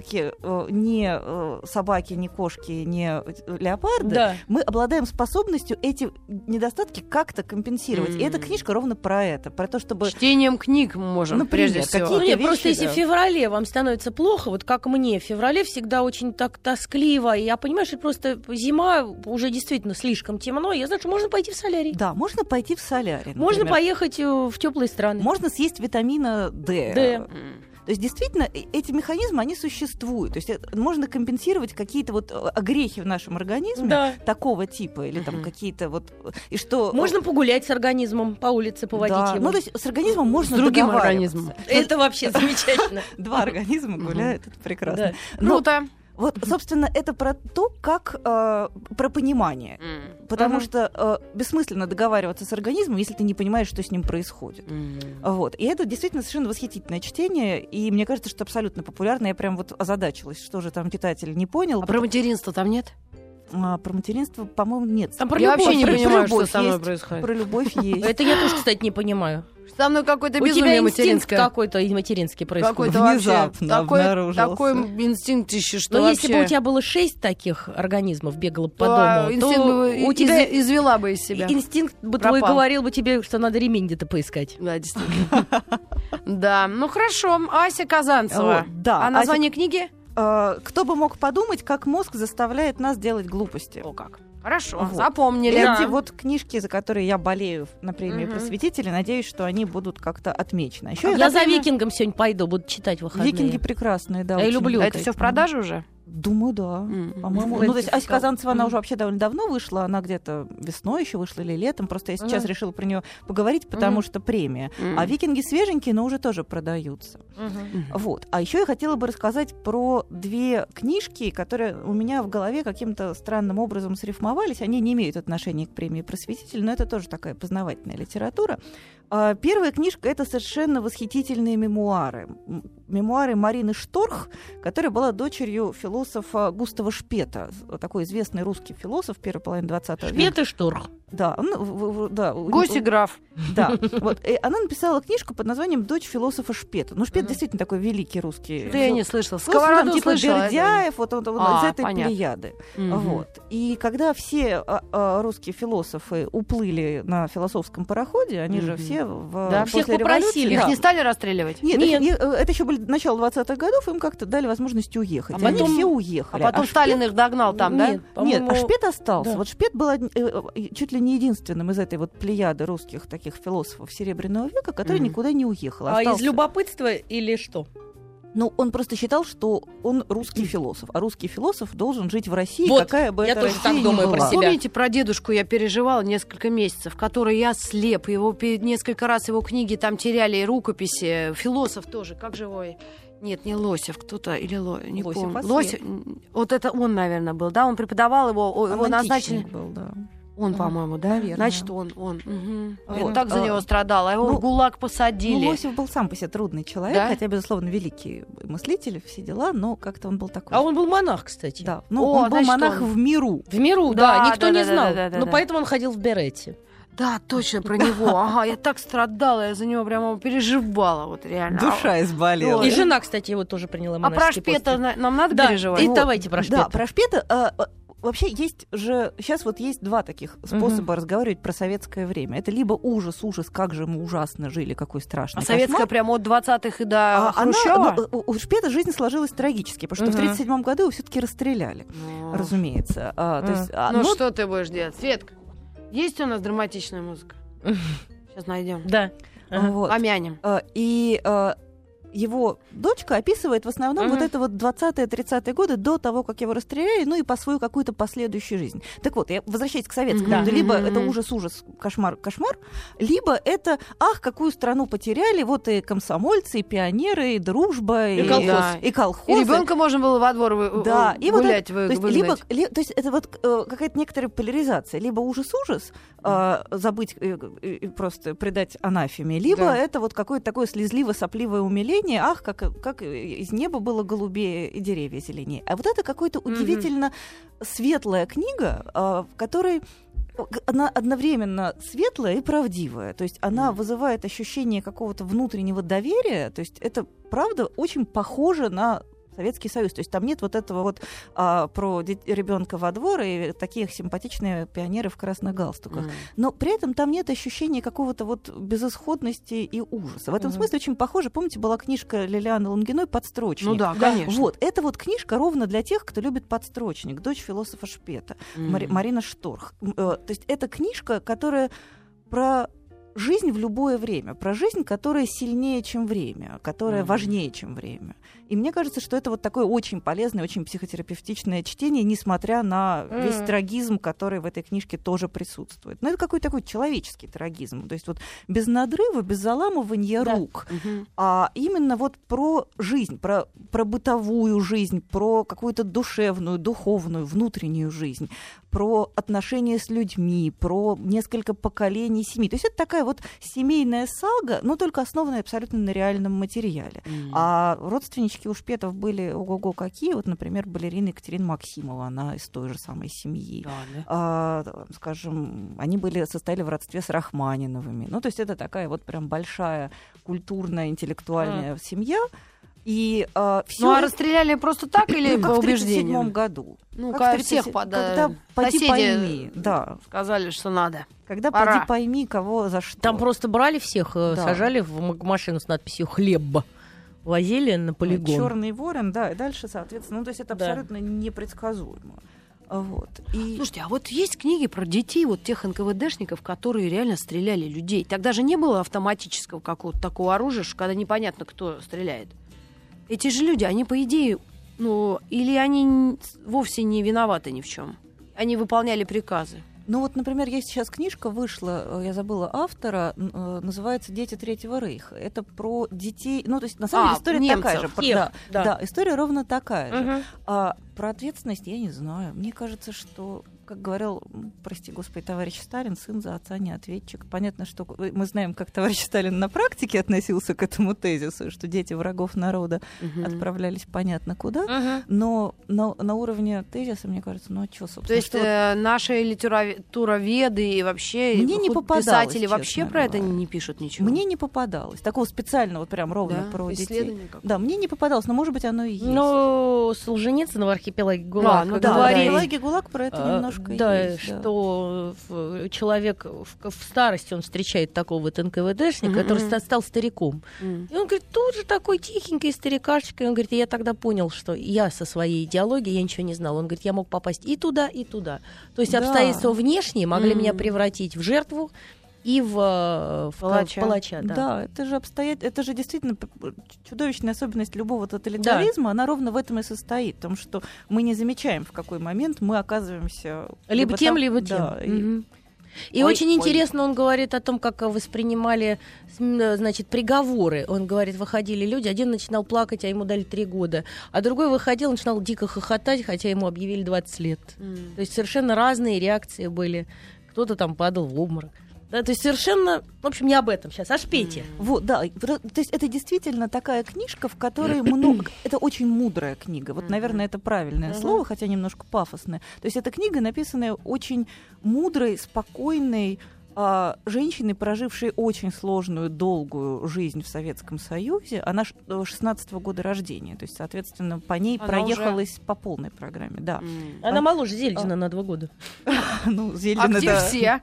не э, собаки, не кошки, не э, леопарды, Да. мы обладаем способностью эти недостатки как-то компенсировать. И эта М. книжка ровно про это, про то, чтобы... Чтением книг мы можем, Ну, прежде привет, всего. Ну, какие- нет, вещи, просто если да. в феврале вам становится плохо, вот как мне, в феврале всегда очень так тоскливо, и я понимаю, что просто зима уже действительно слишком темно, и я знаю, что можно пойти в солярий. Да, можно пойти в солярий, Можно например. поехать э, в теплые страны. Можно съесть витамина Д. D. М. То есть действительно э- эти механизмы, они существуют. То есть э, можно компенсировать какие-то вот э, огрехи в нашем организме Да. такого типа или там Мгм. какие-то вот... э, И что... Можно погулять с организмом по улице, поводить Да, его. Ну, то есть с организмом можно С другим договариваться. организмом. (laughs) Это вообще замечательно. Два организма Мгм. гуляют, это (laughs) прекрасно. Да. Но Круто. вот, собственно, это про то, как э, про понимание. М. Потому Ага. что э, бессмысленно договариваться с организмом, если ты не понимаешь, что с ним происходит. М. Вот. И это действительно совершенно восхитительное чтение, и мне кажется, что абсолютно популярное. Я прям вот озадачилась, что же там читатель не понял. А про материнство там нет? А, про материнство, по-моему, нет. Там про Я любовь, вообще не про- про понимаю, что любовь со мной есть. происходит. Про любовь есть. Это я тоже, кстати, не понимаю. Со мной какое-то У тебя безумие инстинкт материнское. какой-то и материнский происходит. Какой-то вообще Внезапно такой, обнаружился. такой инстинкт еще, что Но вообще... Ну, если бы у тебя было шесть таких организмов, бегало по то дому, инстинкт бы то у из- тебя извела бы из себя. инстинкт бы твой Пропал. говорил бы тебе, что надо ремень где-то поискать. Да, действительно. Да, ну хорошо, Ася Казанцева. Вот, да, А Ася- название книги? А, Кто бы мог подумать, как мозг заставляет нас делать глупости? О, как. Хорошо, Вот. запомнили. Эти Да. вот книжки, за которые я болею на премию Мгм. просветителей, надеюсь, что они будут как-то отмечены. А Еще Я за викингом сегодня пойду, буду читать в выходные. Викинги прекрасные, да. Я очень. люблю. А Это все в продаже уже? Думаю, да. М. По-моему, ну, то есть Ася Фантастика. Казанцева, она Мгм. уже вообще довольно давно вышла, она где-то весной еще вышла или летом, просто я сейчас Мгм. решила про нее поговорить, потому Мгм. что премия. М. А викинги свеженькие, но уже тоже продаются. Мгм. Вот. А еще я хотела бы рассказать про две книжки, которые у меня в голове каким-то странным образом срифмовались. Они не имеют отношения к премии «Просветитель», но это тоже такая познавательная литература. А, Первая книжка — это совершенно восхитительные мемуары. М, Мемуары Марины Шторх, которая была дочерью философа Густава Шпета, такой известный русский философ первой половины 20 века. Швед и шторх. Да, он, в- в- да, у- Гусь и граф. да, (laughs) вот. И она написала книжку под названием «Дочь философа Шпета». Ну, Шпет Мгм. действительно такой великий русский. Да я не слышала. философ, ну, там, Сковороду типа слышала. это Бердяев, вот, он- он А, из этой понятно. плеяды. я. Мгм. Вот. И когда все а, а, русские философы уплыли на философском пароходе, они же Мгм. все в, э, Да. после Всех попросили. революции- Их Да. не стали расстреливать? Нет, Нет. их- э, это еще были начало 20-х годов, им как-то дали возможность уехать. А И они потом- все А уехали. потом Шпет- Сталин их догнал там, да? Нет, нет, по-моему, а Шпет остался. да. Вот Шпет был одни- э, э, чуть ли не единственным из этой вот плеяды русских таких философов Серебряного века, который Мгм. никуда не уехал. А из Остался. любопытства или что? Ну, он просто считал, что он (clears throat) русский философ, а русский философ должен жить в России, Вот, какая бы я это тоже Россия так ни думаю про была. себя. Помните, про дедушку я переживала несколько месяцев, который я слеп, его пе- несколько раз его книги там теряли, и рукописи, философ тоже, как живой. Нет, не Лосев, кто-то или Ло, не Лосев, помню. а Лосев, м, вот это он, наверное, был, да, он преподавал его, о- его назначили. Античник был, да. Ну, Он, по-моему, да, Наверное. значит он, он. мгм. Вот. Он так за А, него страдал, а его ну, в ГУЛАГ Ну, посадили. Лосев был сам по себе трудный человек, Да? хотя, безусловно, великий мыслитель, все дела, но как-то он был такой. А он был монах, кстати. Да, ну, О, он был значит, монах он. в миру. В миру, да, Да, никто да, не да, да, знал. да, да, но да. поэтому он ходил в берете. Да, точно про (laughs) него. Ага, я так страдала, я за него прямо переживала, вот А, реально. ну, Душа изболела. И Ой. жена, кстати, его тоже приняла А про монашеский Шпета постель. на- нам надо Да, переживать? и Вот. давайте про Шпета. Ну, Да, про Шпета. э, э, Вообще есть же сейчас вот есть два таких способа разговаривать про советское время. Это либо ужас, ужас, как же мы ужасно жили, какой страшный А советская кошмар. прямо от 20-х и до ну, А она- Хрущева? ну, у- у Шпета жизнь сложилась трагически, потому что Мгм. в 1937 году его все-таки расстреляли, Ну, разумеется. А, то Мгм. есть, а, ну но- что ты будешь делать? Светка, есть у нас драматичная (laughs) музыка? Сейчас найдем. Да. Ага. вот. Помянем. А, И а, его дочка описывает в основном Мгм. вот это вот 20-30-е годы до того, как его расстреляли, ну и по свою какую-то последующую жизнь. Так вот, я возвращаюсь к советскому. Мгм. году. Либо Мгм. это ужас-ужас, кошмар-кошмар, либо это, ах, какую страну потеряли, вот и комсомольцы, и пионеры, и дружба, И и, колхоз. Да. и колхозы. И ребенка можно было во двор вы- Да, э, и вот гулять, вы- То есть, либо, выгнать. ли- то есть это вот э, какая-то некоторая поляризация. Либо ужас-ужас, э, забыть, э, э, и просто придать анафеме, либо Да. это вот какое-то такое слезливо-сопливое умиление, ах, как, как из неба было голубее и деревья зеленее. А вот это какая-то Мгм. удивительно светлая книга, э, в которой она одновременно светлая и правдивая. То есть она Мгм. вызывает ощущение какого-то внутреннего доверия. То есть это, правда, очень похоже на Советский Союз. То есть там нет вот этого вот а, про ребенка во двор и такие симпатичные пионеры в красных галстуках. Мгм. Но при этом там нет ощущения какого-то вот безысходности и ужаса. В этом Мгм. смысле очень похоже. Помните, была книжка Лилианы Лунгиной «Подстрочник». Ну да, конечно. Вот, это вот книжка ровно для тех, кто любит подстрочник, дочь философа Шпета. Мгм. Мари- Марина Шторх. М, э, То есть это книжка, которая про жизнь в любое время, про жизнь, которая сильнее, чем время, которая Мгм. важнее, чем время. И мне кажется, что это вот такое очень полезное, очень психотерапевтичное чтение, несмотря на весь Мгм. трагизм, который в этой книжке тоже присутствует. Но это какой-то такой человеческий трагизм. То есть вот без надрыва, без заламывания Да. рук, Мгм. а именно вот про жизнь, про, про бытовую жизнь, про какую-то душевную, духовную, внутреннюю жизнь, про отношения с людьми, про несколько поколений семьи. То есть это такая вот семейная сага, но только основанная абсолютно на реальном материале. А родственнички у Шпетов были ого-го какие. Вот, например, балерина Екатерина Максимова, она из той же самой семьи Да, да. а, там, скажем, они были, состояли в родстве с Рахманиновыми. Ну, то есть это такая вот прям большая культурная, интеллектуальная семья. И все Ну а расстреляли просто так или по ну, как в 37 убеждениям? году. Ну, Как в ко- 37 всех под, Когда э, поди соседи пойми, да. сказали, что надо. Когда Пора. поди пойми, кого за что. Там просто брали всех, э, Да. сажали в м- машину с надписью «Хлеб». Возили на полигон. Черный ворон, да, и дальше, соответственно, ну, то есть это Да. абсолютно непредсказуемо. А, Вот. И... Слушайте, а вот есть книги про детей, вот тех НКВДшников, которые реально стреляли людей. Тогда же не было автоматического какого-то такого оружия, что когда непонятно, кто стреляет. Эти же люди, они, по идее, ну, или они н- вовсе не виноваты ни в чем. Они выполняли приказы. Ну вот, например, есть сейчас книжка вышла, э, я забыла автора, н- э, называется «Дети Третьего Рейха». Это про детей, ну то есть на самом А, деле история немцев. такая же. Про- Тех, Да, да. да, история ровно такая же. Мгм. А про ответственность я не знаю. Мне кажется, что, как говорил, м, прости господи, товарищ Сталин, сын за отца не ответчик. Понятно, что к- э, мы знаем, как товарищ Сталин на практике относился к этому тезису, что дети врагов народа отправлялись понятно куда. Мгм. Но на, на уровне тезиса, мне кажется, ну а что, собственно, То есть что вот э, наши литературоведы и вообще Мне не худ- попадалось, писатели честно вообще про это говоря. не пишут ничего. Мне не попадалось. Такого специально, вот прям ровно Да, про детей. исследование какое-то. Да, мне не попадалось, но, может быть, оно и есть. Ну, Солженицын в архипелаге ГУЛАГ ну как да, говорили, да, Пелаги ГУЛАГ про это а, немножко да, есть. да. что в- э, человек в, в старости он встречает такого вот НКВДшника, Мгм. который ста- стал стариком. М. И он говорит, тут же такой тихенький старикашечка. И он говорит, я тогда понял, что я со своей идеологией, я ничего не знал. Он говорит, я мог попасть и туда, и туда. То есть Да. обстоятельства внешние могли Мгм. меня превратить в жертву и в, э, в к- Палача. в палача да. Да. это же обстоят... это же действительно п- п- чудовищная особенность любого тоталитаризма, она ровно в этом и состоит, в том, что мы не замечаем, в какой момент мы оказываемся Либо тем, там- либо тем. Да, и- Мгм. И Ой, очень ой. интересно он говорит о том, как э, воспринимали, см, э, значит, приговоры. Он говорит, выходили люди, один начинал плакать, а ему дали три года, а другой выходил, начинал дико хохотать, хотя ему объявили 20 лет. М. То есть совершенно разные реакции были. Кто-то там падал в обморок. Да, то есть совершенно, в общем, не об этом сейчас, а шпете. Вот, да, и про- то есть это действительно такая книжка, в которой много... (clears throat) Это очень мудрая книга, вот, Мгм. наверное, это правильное Мгм. слово, хотя немножко пафосное. То есть это книга, написанная очень мудрой, спокойной а, женщиной, прожившей очень сложную, долгую жизнь в Советском Союзе. Она ш- э, 16-го года рождения, то есть, соответственно, по ней Она проехалась по полной программе, да. М. А. Она моложе Зельдина на два года. (laughs) Ну, А Зельдина, где да. все?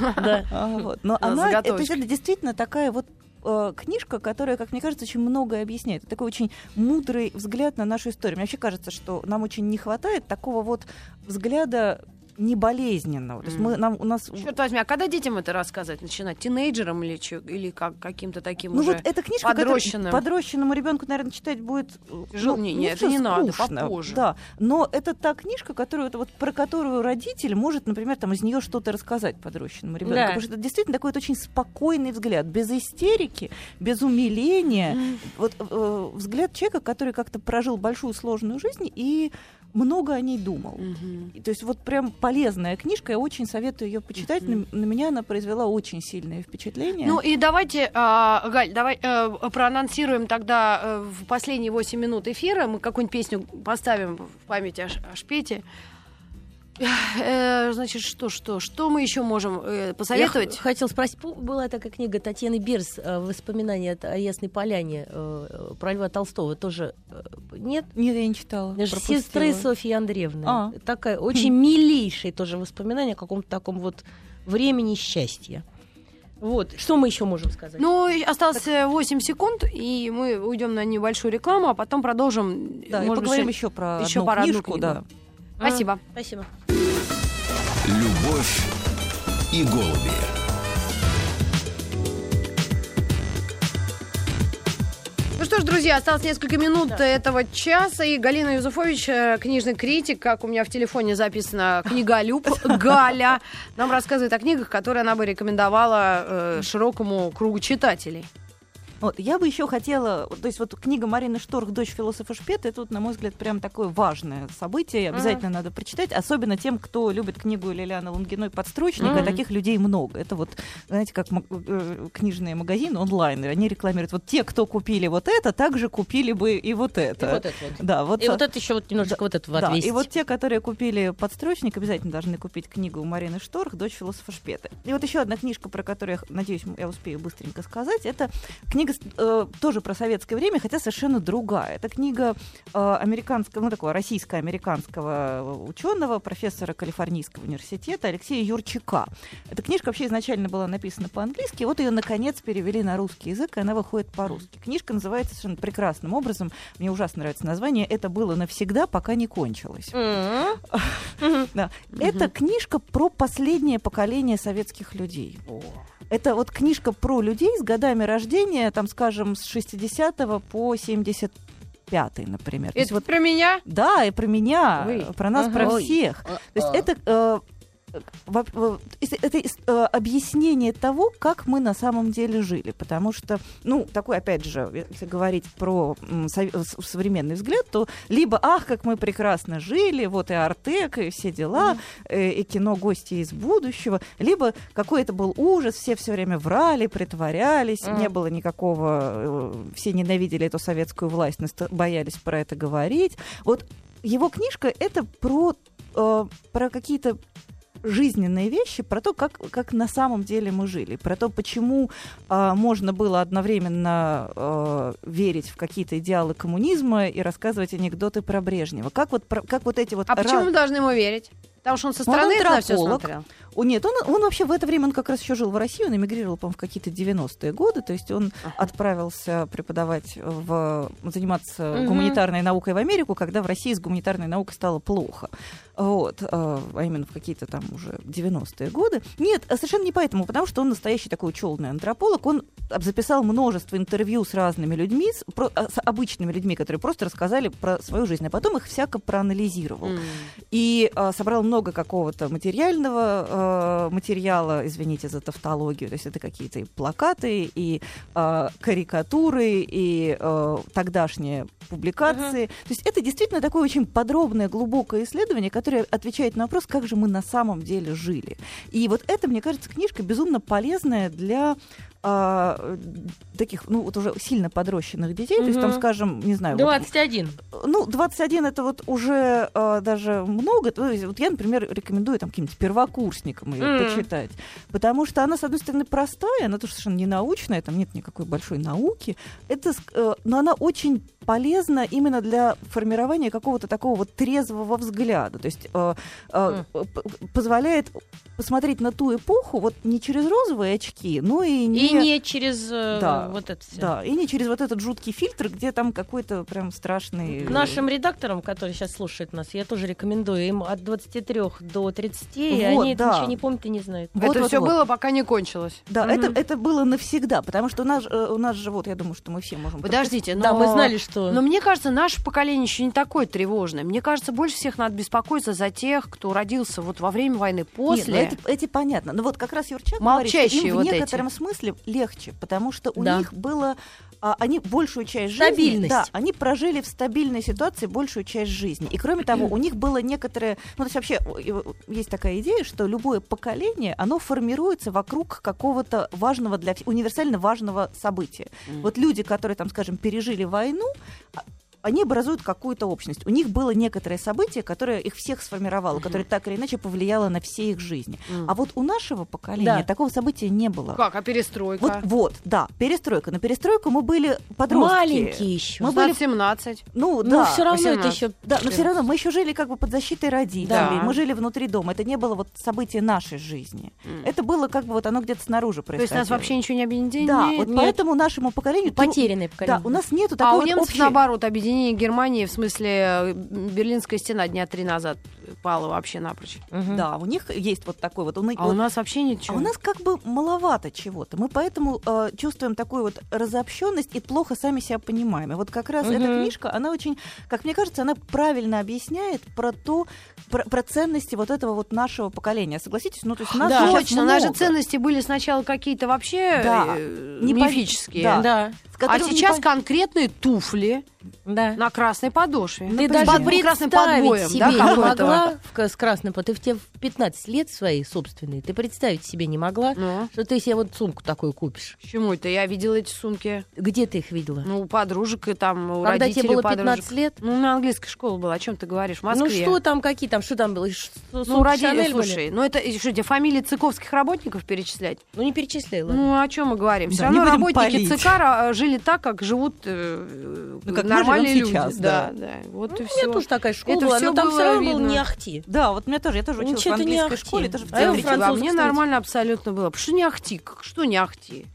Да. А, вот. Но Да, она, это, то есть заготовочка. это действительно такая вот э, книжка, которая, как мне кажется, очень многое объясняет. Это такой очень мудрый взгляд на нашу историю. Мне вообще кажется, что нам очень не хватает такого вот взгляда неболезненного. То есть мы, Мгм. нам, у нас... Черт возьми, а когда детям это рассказывать начинать? Тинейджерам или, чё- или как, каким-то таким Ну уже? вот эта книжка, которую подрощенным. подрощенному ребенку, наверное, читать будет э, Тяжело. ну, Не, ну, не, это не скучно. надо, попозже. Да, но это та книжка, которую вот про которую родитель может, например, там из нее что-то рассказать подрощенному ребенку, Да. потому что это действительно такой вот очень спокойный взгляд, без истерики, без умиления, вот э, взгляд человека, который как-то прожил большую сложную жизнь и много о ней думал. Мгм. И То есть вот прям полезная книжка, я очень советую ее почитать. Мгм. На, на меня она произвела очень сильное впечатление. Ну и давайте, а, Галь, давай э, проанонсируем тогда э, в последние 8 минут эфира. Мы какую-нибудь песню поставим в память о, Ш- о Шпете. Э, значит, что, что, что мы еще можем э, Я посоветовать? х- хотела спросить, пу- была такая книга Татьяны Бирс э, «Воспоминания от- о Ясной Поляне» э, про Льва Толстого. Тоже э, нет? Нет, я не читала. Даже пропустила. сестры Софьи Андреевны. А. Такая очень милейшее тоже воспоминание о каком-то таком вот времени счастья. Вот. Что мы еще можем сказать? Ну, и осталось 8 секунд, и мы уйдем на небольшую рекламу, а потом продолжим. Да, и Может быть, поговорим что- еще про еще одну про одну книжку, книгу. да. А, Спасибо. Спасибо. Любовь и голуби. Ну что ж, друзья, осталось несколько минут этого часа. И Галина Юзуфович, э, книжный критик, как у меня в телефоне записано, (laughs) книголюб Галя, нам рассказывает о книгах, которые она бы рекомендовала э, широкому кругу читателей. Вот, я бы еще хотела, то есть вот книга Марины Шторх «Дочь философа Шпета» это, вот, на мой взгляд, прям такое важное событие, и обязательно надо прочитать, особенно тем, кто любит книгу Лилианы Лунгиной «Подстрочник», а Мгм. таких людей много. Это вот, знаете, как ма- э, книжные магазины онлайн, они рекламируют, вот те, кто купили вот это, также купили бы и вот это. И вот это вот. Да, вот, И вот это еще вот немножечко вот этого да, отвесить. и вот те, которые купили подстрочник, обязательно должны купить книгу Марины Шторх «Дочь философа Шпета». И вот еще одна книжка, про которую, я х- надеюсь, м- я успею быстренько сказать, это книга с- э, тоже про советское время, хотя совершенно другая. Это книга э, американского, ну, такого российско-американского ученого, профессора Калифорнийского университета Алексея Юрчака. Эта книжка вообще изначально была написана по-английски, и вот ее, наконец, перевели на русский язык, и она выходит по-русски. Книжка называется совершенно прекрасным образом, мне ужасно нравится название, «Это было навсегда, пока не кончилось». (laughs) М. Да. Это книжка про последнее поколение советских людей. Это вот книжка про людей с годами рождения, там, скажем, с 60 по 75, например. То есть Это вот про меня? да, и про меня, Ой. про нас, про Ага. Ой. А. всех. То есть это, э, э, во- во- ис- это ис- э, объяснение того, как мы на самом деле жили. Потому что, ну, такой, опять же, если говорить про м, сов- с- современный взгляд, то либо, ах, как мы прекрасно жили, вот и Артек, и все дела, э, и кино «Гости из будущего», либо какой это был ужас, все все время врали, притворялись, Мгм. не было никакого, э, все ненавидели эту советскую власть, наста- боялись про это говорить. Вот его книжка это про, э, про какие-то жизненные вещи, про то, как, как на самом деле мы жили, про то, почему а, можно было одновременно э, верить в какие-то идеалы коммунизма и рассказывать анекдоты про Брежнева. Как вот, про- как вот эти вот... А раз- почему мы должны ему верить? Потому что он со Ну, он стороны на все антрополог. смотрел. О, Нет, он, он вообще в это время, он как раз еще жил в России, он эмигрировал, по-моему, в какие-то 90-е годы, то есть он Ага. отправился преподавать, в, заниматься Мгм. гуманитарной наукой в Америку, когда в России с гуманитарной наукой стало плохо. Вот, э, а именно в какие-то там уже 90-е годы. Нет, а совершенно не поэтому, потому что он настоящий такой ученый антрополог, он об- записал множество интервью с разными людьми, с, про- а, с обычными людьми, которые просто рассказали про свою жизнь, а потом их всяко проанализировал М. и э, собрал много какого-то материального э, материала, извините за тавтологию, то есть это какие-то и плакаты, и э, карикатуры, и э, тогдашние публикации. То есть это действительно такое очень подробное, глубокое исследование, которое отвечает на вопрос, как же мы на самом деле жили. И вот это, мне кажется, книжка безумно полезная для э, таких, ну, вот уже сильно подрощенных детей, то есть там, Мгм. скажем, не знаю, вот 21. ну, 21 это вот уже э, даже много. То есть вот я, например, рекомендую там каким-то первокурсникам ее М. почитать. Потому что она, с одной стороны, простая, она тоже совершенно не научная, там нет никакой большой науки. Это, ск- э, но она очень полезна именно для формирования какого-то такого вот трезвого взгляда. То есть э, э, п- позволяет посмотреть на ту эпоху вот не через розовые очки, но и не... И не через э, Да. вот это все. Да, и не через вот этот жуткий фильтр, где там какой-то прям страшный... Нашим редакторам, которые сейчас слушают нас, я тоже рекомендую им от 23 до 30, и Вот, они это да. ничего не помнят и не знают. Вот, это вот, все вот. было, пока не кончилось. Да, это, Мгм. это было навсегда, потому что у нас, э, у нас же, вот, я думаю, что мы все можем... Подождите, но... Да, мы знали, что... Но мне кажется, наше поколение еще не такое тревожное. Мне кажется, больше всех надо беспокоиться за тех, кто родился вот во время войны, Нет, после. ну это- эти понятно. Но вот как раз Юрчак говорит, что Молчащие им вот в некотором смысле легче, потому что у Да. них было... а, они большую часть жизни... Стабильность. Да, они прожили в стабильной ситуации большую часть жизни. И кроме того, у них было некоторое... Ну, то есть вообще э, э, есть такая идея, что любое поколение, оно формируется вокруг какого-то важного для... вс- универсально важного события. Мгм. Вот люди, которые, там, скажем, пережили войну, а- они образуют какую-то общность. У них было некоторое событие, которое их всех сформировало, которое так или иначе повлияло на все их жизни. М. А вот у нашего поколения Да. такого события не было. Как, а перестройка? Вот, вот, да, перестройка. На перестройку мы были подростки. Маленькие еще. мы были- 16-17. Ну, Ну, да. все равно это 18. еще... Да, но все равно мы еще жили как бы под защитой родителей, Да. мы жили внутри дома. Это не было вот событие нашей жизни. М. Это было как бы вот оно где-то снаружи То происходило. есть нас вообще ничего не объединяет? Да, вот Нет. Ну, поэтому нашему поколению... тру- потерянное поколение. Да, у нас нету А такого у немцев, наоборот, объединение Германии, в смысле э, Берлинская стена дня три назад пала вообще напрочь. Мгм. Да, у них есть вот такой вот... А у нас вообще А ничего. у нас как бы маловато чего-то. Мы поэтому э, чувствуем такую вот разобщенность и плохо сами себя понимаем. И вот как раз эта Мгм. книжка, она очень, как мне кажется, она правильно объясняет про то, про, про ценности вот этого вот нашего поколения. Согласитесь? Ну, то есть нас Да, сейчас точно. У нас же много, ценности были сначала какие-то вообще Да. э, Не пози- мифические. да. Да, с А которыми не сейчас пон- конкретные туфли да. на красной подошве. Ты Ну, даже под- ну, красным подбоем, представить себе да, не какой-то. могла в ка- с красным, под- ты в те в 15 лет свои собственные, ты представить себе не могла, Ну, что ты себе вот сумку такую купишь. почему это? Я видела эти сумки. Где ты их видела? Ну, у подружек и там, у Когда родителей тебе было Ну, подружек. 15 лет? Ну, на английской школе была. О чем ты говоришь? В Москве. Ну что там, какие там, что там было? Ш- Ну, сумки ради... Шанель были? Слушай, ну это и что, тебе фамилии цыковских работников перечислять? Ну не перечислила. Ну, о чем мы говорим? Все Да, не равно будем работники палить. ЦК ра- э, жили так, как живут э, Ну, как мы нормальные живем люди. сейчас, да, да. да. Вот Ну, и у все. меня тоже такая школа Это была, всё но там было все равно был видно. не ахти. Да, вот у меня тоже, я тоже училась в Ничего ты не английской ахти. школе, тоже в А я во театре. Франции. а французах, мне кстати. нормально абсолютно было. Потому что не ахти? как- Что не ахти?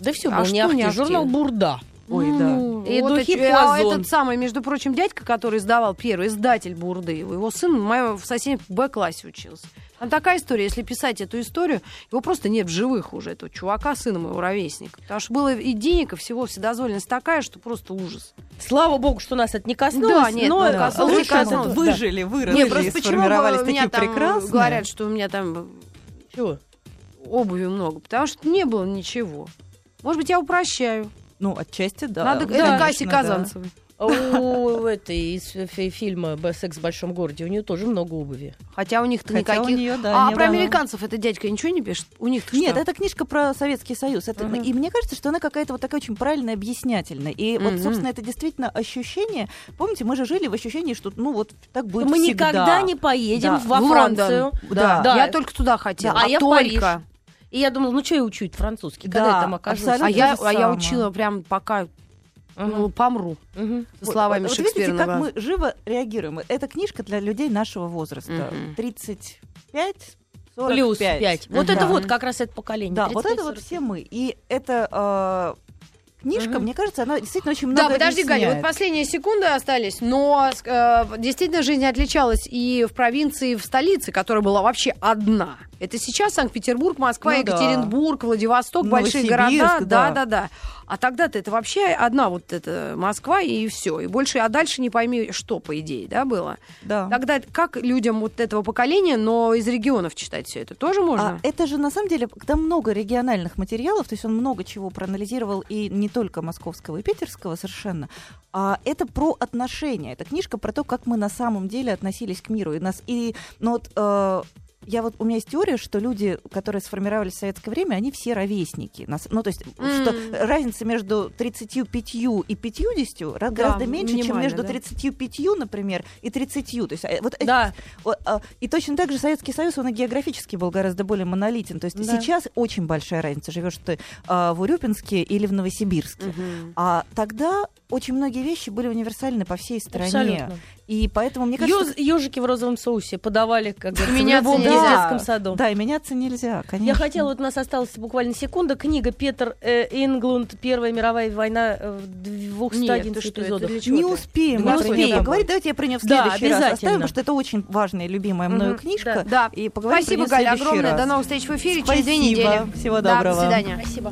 Да все А было что не ахти. не ахти? Журнал Бурда. Ой, да. Ну, И вот духи чё- а Пуазон. этот самый, между прочим, дядька, который издавал первый, издатель Бурды, его сын в моем в соседнем Б-классе учился. Там такая история, если писать эту историю, его просто нет в живых уже, этого чувака, сына моего ровесника. Потому что было и денег, и всего, вседозволенность такая, что просто ужас. Слава богу, что нас это не коснулось, Да, нет, но ну, это коснулось, лучше Лучше мы коснулось, это- выжили, выросли, Не, и просто почему сформировались у меня такие там прекрасные. говорят, что у меня там да. Чего? обуви много? Потому что не было ничего. Может быть, я упрощаю. Ну, отчасти, да. Надо, Да, это конечно, Касси да. Казанцевой. А У этой из фи- фильма «Б- «Секс в большом городе» у нее тоже много обуви. Хотя у них-то Хотя у никаких... нее, да, а не про было. американцев этот дядька ничего не пишет? У них Нет, это книжка про Советский Союз. Это- Мгм. И мне кажется, что она какая-то вот такая очень правильная, объяснятельная. И вот, Мгм. собственно, это действительно ощущение. Помните, мы же жили в ощущении, что ну вот так будет Мы всегда. никогда не поедем Да. во В Лондон. Францию. Да. Да. Я только туда хотела. Да, а я в только. И я думала, ну что я учу-то французский, Да, когда я там окажусь? абсолютно. А я, То же а я самое. учила прям пока ну, Мгм. помру. Мгм. Со словами вот, вот Шекспира. видите, на как глаз. мы живо реагируем. Это книжка для людей нашего возраста. Мгм. 35, 45. Плюс 5. Вот это Да. вот как раз это поколение. Да, вот это вот 35-40. все мы. И эта э, книжка, Мгм. мне кажется, она действительно очень много Да, подожди, Галя, вот объясняет. последние секунды остались, но э, действительно жизнь отличалась и в провинции, и в столице, которая была вообще одна. Это сейчас Санкт-Петербург, Москва, Ну да. Ну, Екатеринбург, Владивосток, большие Новосибирск, города. Да, да. да, да. А тогда-то это вообще одна вот эта Москва и все. И больше, а дальше не пойми, что, по идее, да, было. Да. Тогда как людям вот этого поколения, но из регионов читать все это тоже А можно? это же на самом деле, когда много региональных материалов, то есть он много чего проанализировал и не только московского и питерского совершенно, а это про отношения. Это книжка про то, как мы на самом деле относились к миру. И нас и ну вот э, я вот у меня есть теория, что люди, которые сформировались в советское время, они все ровесники. Нас- Ну, то есть, что разница между 35 и 50 Да, раз- гораздо меньше, чем минимально, между да. 35, например, и 30. То есть, э, вот э, Да, о- а, И точно так же Советский Союз, он и географически был гораздо более монолитен. То есть Да. сейчас очень большая разница, живешь ты а, в Урюпинске или в Новосибирске. Мгм. А тогда очень многие вещи были универсальны по всей стране. абсолютно. И поэтому, мне кажется... Юз- Ёжики в розовом соусе подавали, как говорится, в Меняться любом нельзя. детском саду. Да, и меняться нельзя, конечно. Я хотела, вот у нас осталась буквально секунда, книга «Петер э, Инглунд. Первая мировая война э, в Нет, 211 ты что, это эпизодах». для чего Не ты? успеем, Да мы не про успеем. неё поговорить. Давайте я про нее в Да, следующий раз обязательно. оставим, потому что это очень важная и любимая мною Мгм, книжка. да. И поговорим Спасибо, про неё в Галя, следующий огромное. раз. До новых встреч в эфире через две Спасибо. недели. Всего Да, доброго. до свидания. Спасибо.